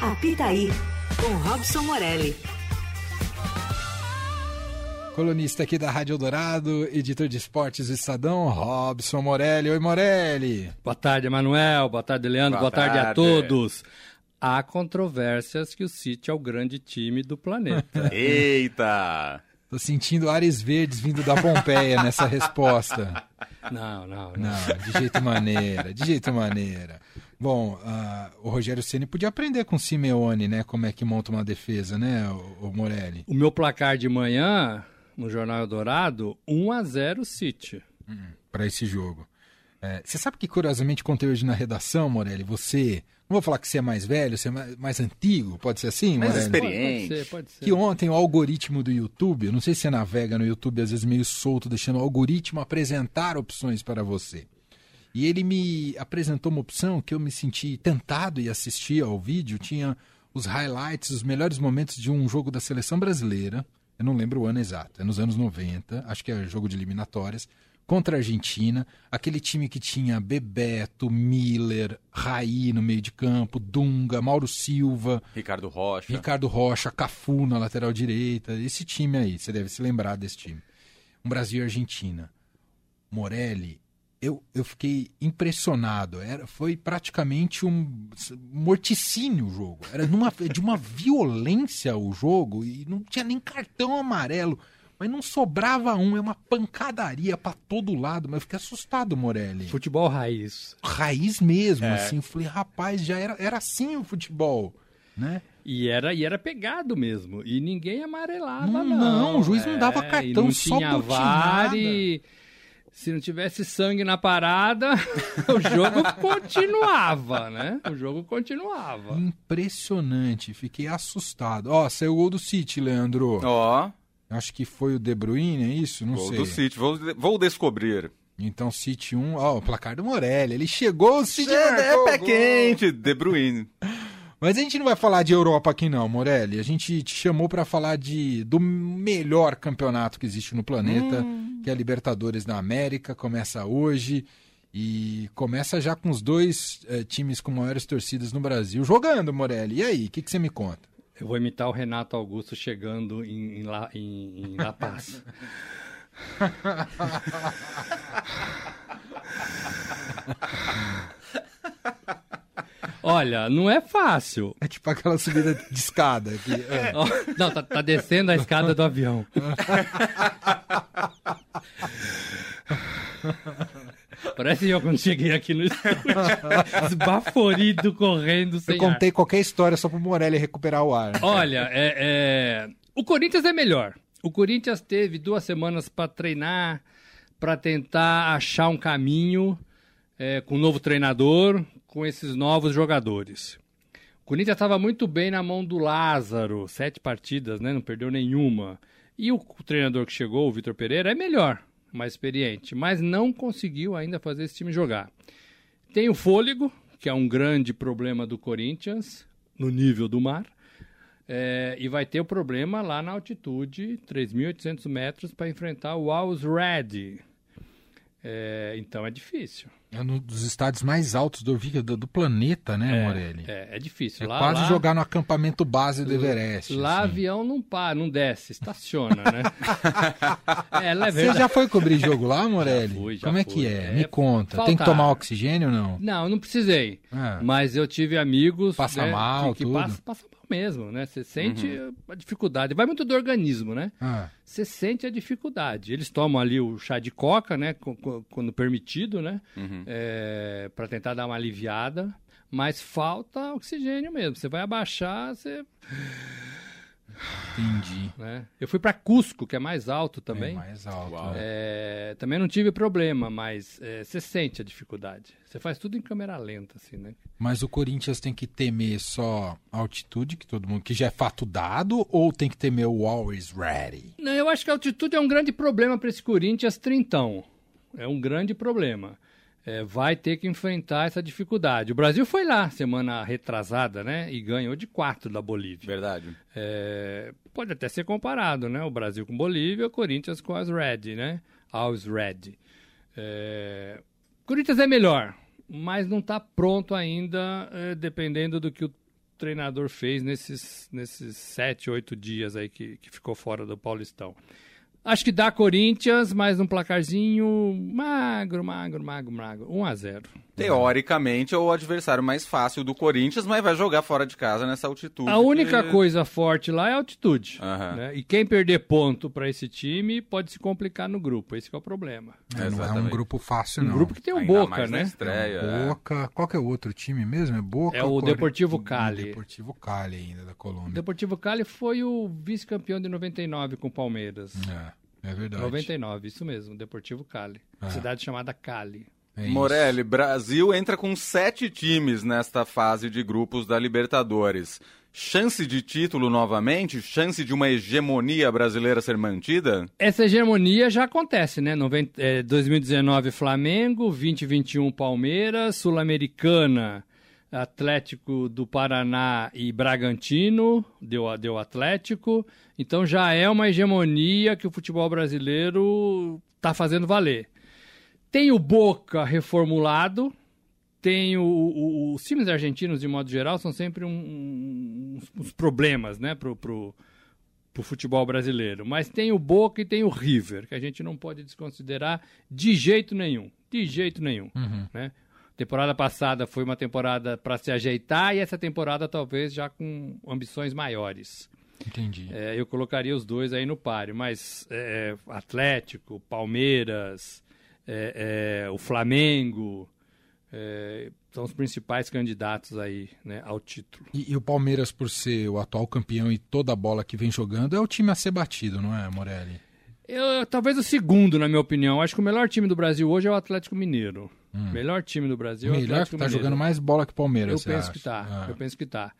Apitaí, com Robson Morelli. Colunista aqui da Rádio Dourado, editor de esportes do Estadão, Robson Morelli. Oi, Morelli. Boa tarde, Emanuel. Boa tarde, Leandro. Boa, Boa tarde. a tarde. todos. Há controvérsias que o City é o grande time do planeta. Eita! Tô sentindo ares verdes vindo da Pompeia nessa resposta. não, não, não. Não, de jeito maneira, de jeito maneira. Bom, ah, o Rogério Ceni podia aprender com o Simeone, né? Como é que monta uma defesa, né, o, o Morelli? O meu placar de manhã, no Jornal Eldorado, 1 a 0 City. Pra esse jogo. É, você sabe que, curiosamente, contei hoje na redação, Morelli, você. Não vou falar que você é mais velho, você é mais, mais antigo, pode ser assim, Mais Morelli? experi- Pode, pode Experiente. ser, pode ser. Que ontem o algoritmo do YouTube, eu não sei se você navega no YouTube às vezes meio solto, deixando o algoritmo apresentar opções para você. E ele me apresentou uma opção que eu me senti tentado e assisti ao vídeo. Tinha os highlights, os melhores momentos de um jogo da seleção brasileira. Eu não lembro o ano exato, é nos anos 90, acho que é jogo de eliminatórias, contra a Argentina. Aquele time que tinha Bebeto, Miller, Raí no meio de campo, Dunga, Mauro Silva. Ricardo Rocha. Ricardo Rocha, Cafu na lateral direita, esse time aí, você deve se lembrar desse time. Um Brasil e Argentina. Morelli, eu, eu fiquei impressionado. Era, foi praticamente um morticínio o jogo. Era numa- de uma violência o jogo e não tinha nem cartão amarelo. Mas não sobrava um, é uma pancadaria pra todo lado. Mas eu fiquei assustado, Morelli. Futebol raiz. Raiz mesmo, É. assim. Eu falei, rapaz, já era, era assim o futebol, né? E era, e era pegado mesmo. E ninguém amarelava, Não, não. Hum, É, não, o juiz não dava e cartão, não só tinha butinada. VAR e se não tivesse sangue na parada, o jogo continuava, né? O jogo continuava. Impressionante, fiquei assustado. Ó, saiu o gol do City, Leandro. Ó, Acho que foi o De Bruyne, é isso? Não gol sei. do City. Vou, vou descobrir. Então, City 1, ó, o placar do Morelli. Ele chegou, o City marcou o é pé gol. quente, De Bruyne. Mas a gente não vai falar de Europa aqui não, Morelli. A gente te chamou pra falar de do melhor campeonato que existe no planeta, Hum. que é a Libertadores da América, começa hoje e começa já com os dois eh, times com maiores torcidas no Brasil jogando, Morelli. E aí, o que que você me conta? Eu vou imitar o Renato Augusto chegando em, em, La, em, em La Paz. Olha, não é fácil. É tipo aquela subida de escada. Que, é. Ó, Não, tá, tá descendo a escada do avião. Parece eu quando cheguei aqui no estúdio, esbaforido, correndo, sem Eu ar. contei qualquer história só pro Morelli recuperar o ar. é. Olha, é, é, o Corinthians é melhor. O Corinthians teve duas semanas para treinar, para tentar achar um caminho é, com o novo treinador, com esses novos jogadores. O Corinthians estava muito bem na mão do Lázaro, sete partidas, né? Não perdeu nenhuma. E o treinador que chegou, o Vitor Pereira, é melhor, mais experiente, mas não conseguiu ainda fazer esse time jogar. Tem o fôlego, que é um grande problema do Corinthians, no nível do mar. É, e vai ter o problema lá na altitude, 3.800 metros, para enfrentar o Alls Red. É, então é difícil. É um dos estádios mais altos do, do, do planeta, né, Morelli? É, É, é difícil. lá, quase lá, jogar no acampamento base do Everest. Lá assim. avião não para, não desce, estaciona, né? é, ela é Ah, Você verdade. já foi cobrir jogo lá, Morelli? Já fui, já Como é fui. que é? É, Me conta. Tem que falta- tomar oxigênio ou não? Não, eu não precisei. Ah. Mas eu tive amigos. Passa né, mal, que, que tudo. Uhum. Passa, passa mal mesmo, né? Você sente eh, a dificuldade. Vai muito do organismo, né? Ah, você sente a dificuldade. Eles tomam ali o chá de coca, né, co- co- quando permitido, né, Uhum. para é, tentar dar uma aliviada, mas falta oxigênio mesmo. Você vai abaixar, você, entendi. né? Eu fui para Cusco, que é mais alto também. É mais alto. Uau. né? É, também não tive problema, mas é, você sente a dificuldade. Você faz tudo em câmera lenta, assim, né? Mas o Corinthians tem que temer só a altitude, que todo mundo que já é fato dado, ou tem que temer o always ready? Não, eu acho que a altitude é um grande problema para esse Corinthians trintão. É um grande problema. É, vai ter que enfrentar essa dificuldade. O Brasil foi lá semana retrasada, né? E ganhou de 4 da Bolívia. Verdade. É, pode até ser comparado, né? O Brasil com Bolívia, o Corinthians com as Red, né? Aos Red. É, tá Corinthians é melhor, mas não está pronto ainda, é, dependendo do que o treinador fez nesses, nesses sete, oito dias aí que, que ficou fora do Paulistão. Acho que dá Corinthians, mas um placarzinho magro, magro, magro, magro. 1 a 0 Teoricamente é o adversário mais fácil do Corinthians, mas vai jogar fora de casa nessa altitude. A única que- coisa forte lá é a altitude. Aham. né? E quem perder ponto pra esse time pode se complicar no grupo. Esse que é o problema. É, não é um Exatamente. grupo fácil, Um não. grupo que tem o Ainda Boca, mais na né? Estreia, é. Boca, qual que é o outro time mesmo? É Boca? É o ou Cori- Deportivo o Cali. Deportivo Cali ainda da O Colômbia. Deportivo Cali foi o vice-campeão de 99 com o Palmeiras. É, é verdade. 99, isso mesmo, Deportivo Cali. É. Cidade chamada Cali. É isso. Morelli, Brasil entra com sete times nesta fase de grupos da Libertadores. Chance de título novamente? Chance de uma hegemonia brasileira ser mantida? Essa hegemonia já acontece, né? Noven- eh, 2019 Flamengo, 2021 Palmeiras, Sul-Americana, Atlético do Paraná e Bragantino, deu, a- deu Atlético. Então já é uma hegemonia que o futebol brasileiro está fazendo valer. Tem o Boca reformulado, tem o, o- o- os times argentinos, de modo geral, são sempre um- um- uns, uns problemas, né, pro, pro, pro futebol brasileiro. Mas tem o Boca e tem o River, que a gente não pode desconsiderar de jeito nenhum. De jeito nenhum, Uhum, né? Temporada passada foi uma temporada para se ajeitar e essa temporada talvez já com ambições maiores. Entendi. É, eu colocaria os dois aí no páreo, mas é, Atlético, Palmeiras, é, é, o Flamengo é, são os principais candidatos aí né, ao título. E, e o Palmeiras, por ser o atual campeão e toda a bola que vem jogando, é o time a ser batido, não é, Morelli? Eu- talvez o segundo, na minha opinião. Acho que o melhor time do Brasil hoje é o Atlético Mineiro. Melhor time do Brasil é o Hum. Melhor Atlético que tá Mineiro. jogando mais bola que o Palmeiras, Eu você penso acha? que tá. Ah. Eu penso que tá.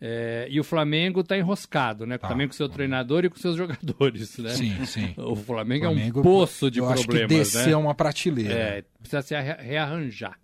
É, e o Flamengo tá enroscado, né? Tá. Também com seu treinador e com seus jogadores, né? Sim, sim. O Flamengo, Flamengo, é um poço de eu problemas, acho que descer né? uma prateleira. Uhum. É, precisa se arre- rearranjar.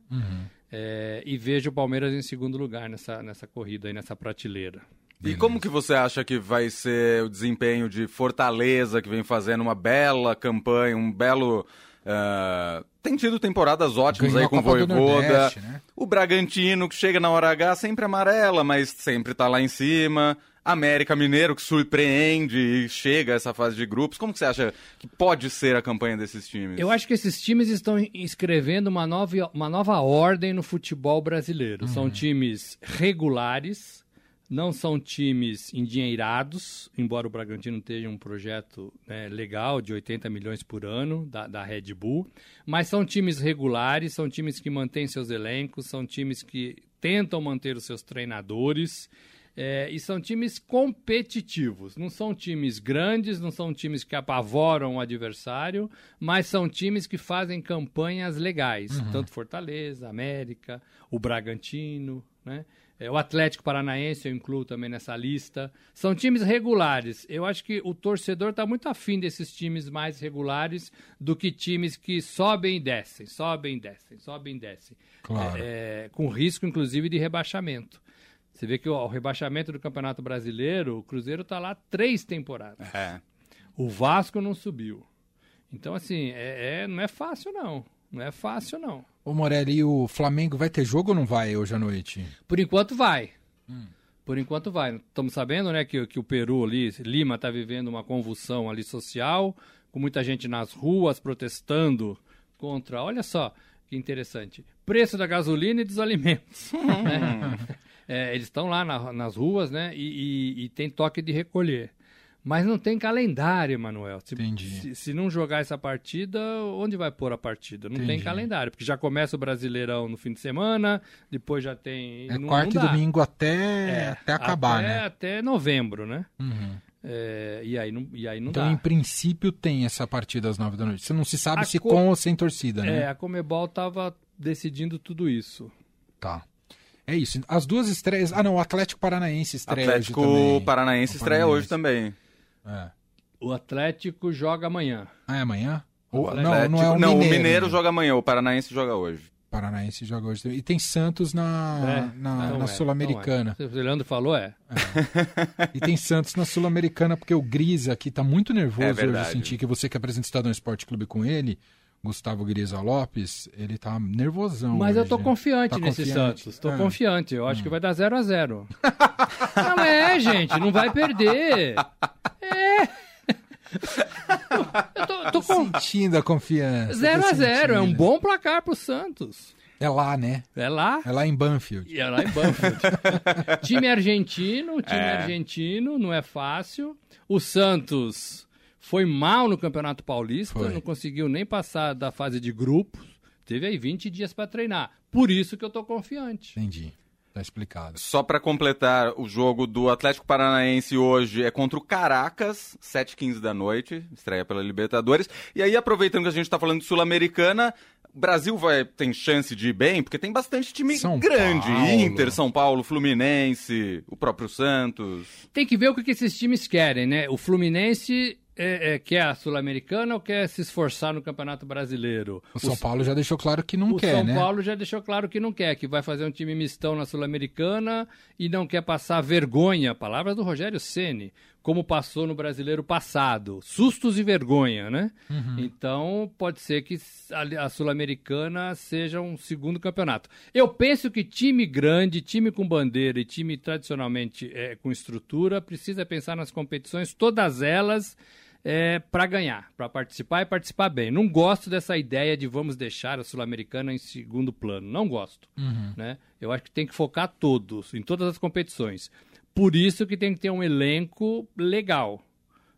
É, e vejo o Palmeiras em segundo lugar nessa, nessa corrida aí, nessa prateleira. E como que você acha que vai ser o desempenho de Fortaleza, que vem fazendo uma bela campanha, um belo. ah, tem tido temporadas ótimas Ganhou aí a com o Copa do Voivoda. Nordeste, É. né? O Bragantino, que chega na hora H sempre amarela, mas sempre tá lá em cima. América Mineiro, que surpreende e chega a essa fase de grupos. Como que você acha que pode ser a campanha desses times? Eu acho que esses times estão escrevendo uma nova, uma nova ordem no futebol brasileiro. São times regulares, não são times endinheirados, embora o Bragantino tenha um projeto né, legal de 80 milhões por ano da, da Red Bull, mas são times regulares, são times que mantêm seus elencos, são times que tentam manter os seus treinadores. É, e são times competitivos, não são times grandes, não são times que apavoram o adversário, mas são times que fazem campanhas legais, tanto Fortaleza, América, o Bragantino, né? É, o Atlético Paranaense eu incluo também nessa lista. São times regulares. Eu acho que o torcedor está muito afim desses times mais regulares do que times que sobem e descem, sobem e descem, sobem e descem. Claro. É, é, com risco, inclusive, de rebaixamento. Você vê que ó, o rebaixamento do Campeonato Brasileiro, o Cruzeiro está lá três temporadas. É. O Vasco não subiu. Então, assim, é, é- não é fácil, não. Não é fácil, não. Ô Morelli, e o Flamengo vai ter jogo ou não vai hoje à noite? Por enquanto vai. Por enquanto vai. Estamos sabendo, né, que, que o Peru ali, Lima, está vivendo uma convulsão ali social, com muita gente nas ruas protestando contra. Olha só que interessante. Preço da gasolina e dos alimentos. né? É, eles estão lá na- nas ruas, né? E, e- e tem toque de recolher. Mas não tem calendário, Emanuel. Se, Entendi. se- se não jogar essa partida, onde vai pôr a partida? Não tem Entendi. calendário, porque já começa o Brasileirão no fim de semana, depois já tem. É não- quarta não e dá. domingo até, É, até acabar, até, né? Até novembro, né? Uhum. É, e aí não, e aí não Então, dá. em princípio, tem essa partida às nove da noite. Você não se sabe A se co- com ou sem torcida, né? É, a Comebol tava decidindo tudo isso. Tá. É isso. As duas estreias. Ah, não, o Atlético Paranaense estreia Atlético hoje também. Paranaense O estreia hoje também. É. O Atlético joga amanhã. Ah, é amanhã? Ou- não, Atlético- não é o não, Mineiro. o Mineiro joga amanhã, o Paranaense joga hoje. Paranaense joga hoje também. E tem Santos Ah, na, É, na, não na é, Sul-Americana. não é. O Leandro falou, é. E tem Santos na Sul-Americana, porque o Grisa aqui tá muito É nervoso hoje. Eu verdade. senti que você que apresenta o Estadão Esporte Clube com ele, Gustavo Grisa Lopes, ele tá nervosão. Mas eu hoje, tô né? confiante Tá nesse confiante? Santos. Tô Ah. confiante. Eu acho que vai dar 0 a 0 Não é, gente. Não vai perder. É. Eu tô, tô com Sentindo a confiança. 0 tô a 0 É um tá sentindo. bom placar pro Santos. É lá, né? É lá. É lá em Banfield. E é lá em Banfield. time argentino, time É. argentino, não é fácil. O Santos foi mal no Campeonato Paulista, Foi. não conseguiu nem passar da fase de grupos. Teve aí 20 dias pra treinar. Por isso que eu tô confiante. Entendi. Tá explicado. Só pra completar, o jogo do Atlético Paranaense hoje é contra o Caracas, 7h15 da noite, estreia pela Libertadores. E aí, aproveitando que a gente tá falando de Sul-Americana, o Brasil vai, tem chance de ir bem, porque tem bastante time São grande. Paulo. Inter, São Paulo, Fluminense, o próprio Santos. Tem que ver o que que esses times querem, né? O Fluminense é, é, quer a Sul-Americana ou quer se esforçar no Campeonato Brasileiro? O São Paulo já deixou claro que não O quer, São né? Paulo já deixou claro que não quer, que vai fazer um time mistão na Sul-Americana e não quer passar vergonha, palavras do Rogério Ceni, como passou no brasileiro passado, sustos e vergonha, né? Uhum. Então, pode ser que a a Sul-Americana seja um segundo campeonato. Eu penso que time grande, time com bandeira e time tradicionalmente eh, com estrutura precisa pensar nas competições, todas elas é, para ganhar, para participar e participar bem. Não gosto dessa ideia de vamos deixar a Sul-Americana em segundo plano. Não gosto. Uhum. Né? Eu acho que tem que focar todos, em todas as competições. Por isso que tem que ter um elenco legal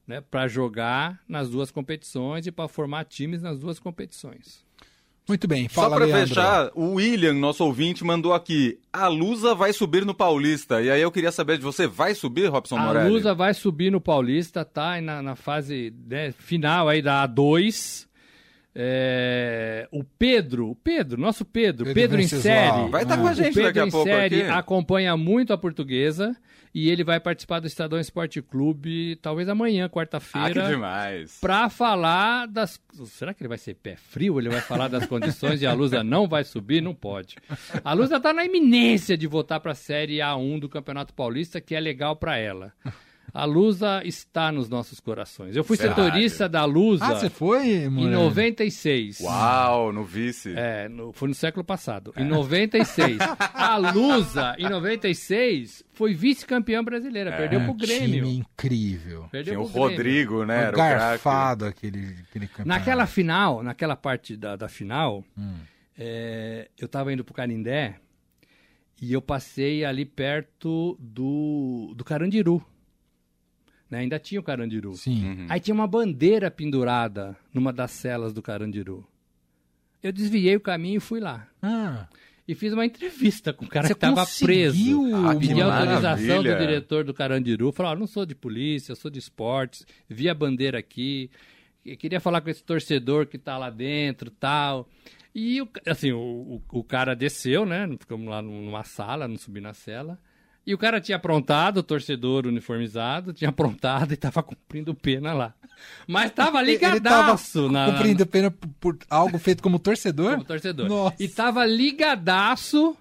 né? para jogar nas duas competições e para formar times nas duas competições. Muito bem, fala, Só pra Leandro. fechar, o William, nosso ouvinte, mandou aqui: a Lusa vai subir no Paulista. E aí eu queria saber de você, vai subir, Robson A Morelli? Lusa vai subir no Paulista, tá? E na, na fase né, final aí da A2. É, o Pedro, o Pedro, nosso Pedro, Pedro Pedro, em Venceslau. série. Vai estar com Ah. a gente o Pedro daqui a em pouco série aqui. Ah, acompanha muito a portuguesa e ele vai participar do Estadão Esporte Clube, talvez amanhã, Ah, que quarta-feira, demais. pra falar das. Será que ele vai ser pé frio? Ele vai falar das condições e a Lusa não vai subir? Não pode. A Lusa tá na iminência de voltar pra Série A1 do Campeonato Paulista, que é legal pra ela. A Lusa está nos nossos corações. Eu fui Será? setorista da Lusa Ah, você foi, em Morelli? 96. Uau, no vice. É, no- foi no século passado, em 96. A Lusa, em 96, foi vice-campeã brasileira, perdeu pro Um time Grêmio. incrível. Perdeu Tinha o pro Grêmio. Rodrigo, né? Foi Era o craque. garfado aquele, aquele campeonato. É. Naquela final, naquela parte da, da final, Hum. é, eu tava indo pro Canindé e eu passei ali perto do, do Carandiru. Né? Ainda tinha o Carandiru. Sim. Uhum. Aí tinha uma bandeira pendurada numa das celas do Carandiru. Eu desviei o caminho e fui lá. Ah, e fiz uma entrevista com o cara Você que estava conseguiu, preso. Ah, Pedi que autorização maravilha. do diretor do Carandiru. Falou: "Ó, não sou de polícia, eu sou de esportes, vi a bandeira aqui, e queria falar com esse torcedor que tá lá dentro tal. E o, ca- assim, o, o, o cara desceu, né? Ficamos lá num- numa sala, não subi na cela. E o cara tinha aprontado, o torcedor uniformizado, tinha aprontado e tava cumprindo pena lá. Mas tava Ele tava Tá ligadaço na, na, cumprindo pena por, por algo feito como torcedor? como torcedor. Nossa. E tava ligadaço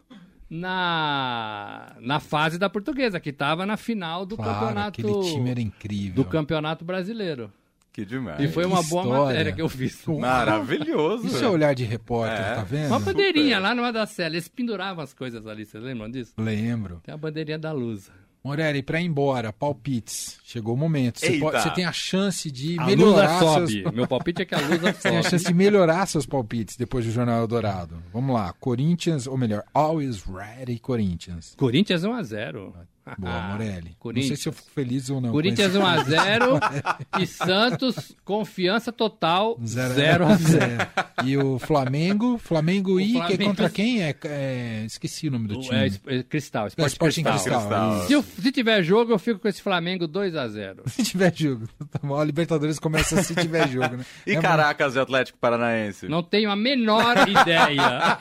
na, na fase da portuguesa, que tava na final do Claro, campeonato aquele time era incrível. É, do campeonato brasileiro. Que demais. E foi um- uma boa história. matéria que eu fiz. Maravilhoso. Isso é olhar de repórter, É. tá vendo? Uma bandeirinha lá numa da cela. Eles penduravam as coisas ali, vocês lembram disso? Lembro. Tem a bandeirinha da Lusa. Morelli, pra ir embora, palpites. Chegou o momento. Você, Eita. pode- você tem a chance de A Lusa melhorar seus... sobe. Meu palpite é que a Lusa Você tem a chance sobe. de melhorar seus palpites depois do Jornal Dourado. Vamos lá. Corinthians, ou melhor, Always Ready Corinthians. Corinthians 1x0. Ah, Boa, Morelli. Não sei Ah, Corinthians. se eu fico feliz ou não. com Corinthians esse- 1x0 e Santos, confiança total, Zero 0x0. E o Flamengo, Flamengo e que- Flamengo- contra quem? É, é, esqueci o nome do time. É, es- é, cristal, É, Sport Cristal. Cristal. isso. Se, eu- se tiver jogo, eu fico com esse Flamengo 2x0. Se tiver jogo. Tá bom, a Libertadores começa se tiver jogo, né? E É, Caracas e Atlético Paranaense. Não tenho a menor ideia.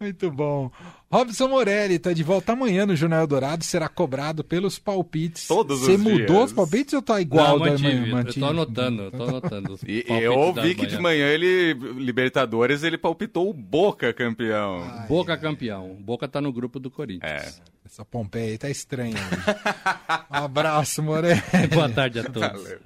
Muito bom. Robson Morelli tá de volta amanhã no Jornal Dourado, será cobrado pelos palpites. Todos Você os mudou dias. os palpites ou tá igual Não, da mantive, manhã? eu tô anotando, tô anotando. os E palpites eu da vi que de manhã ele, Libertadores, ele palpitou o Boca campeão. Boca campeão. Boca tá no grupo do É. Corinthians. Essa Pompeia aí tá estranha. hoje. um abraço, Morelli. Boa tarde a todos. Valeu.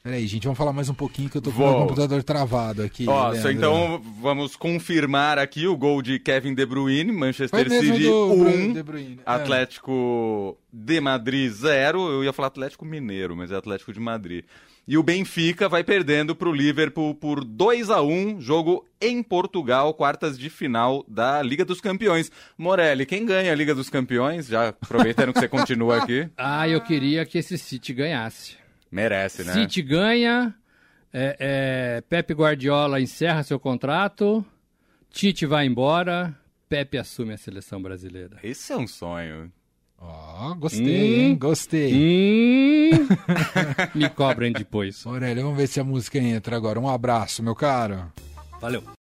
Peraí, gente, vamos falar mais um pouquinho que eu tô com o Vou. meu computador travado aqui. Ó, Leandro. só então vamos confirmar aqui o gol de Kevin De Bruyne, Foi Manchester mesmo City do 1, Bruno De Bruyne. É. Atlético de Madrid 0. Eu ia falar Atlético Mineiro, mas é Atlético de Madrid. E o Benfica vai perdendo pro Liverpool por 2 a 1 jogo em Portugal, quartas de final da Liga dos Campeões. Morelli, quem ganha a Liga dos Campeões? Já aproveitando que você continua aqui. Ah, eu queria que esse City ganhasse. Merece, né? City ganha, é, é, Pepe Guardiola encerra seu contrato, Tite vai embora, Pepe assume a seleção brasileira. Esse é um sonho. Ó, gostei, Um. hein? Hum. Gostei. Hum, me cobrem depois. Morelli, vamos ver se a música entra agora. Um abraço, meu caro. Valeu.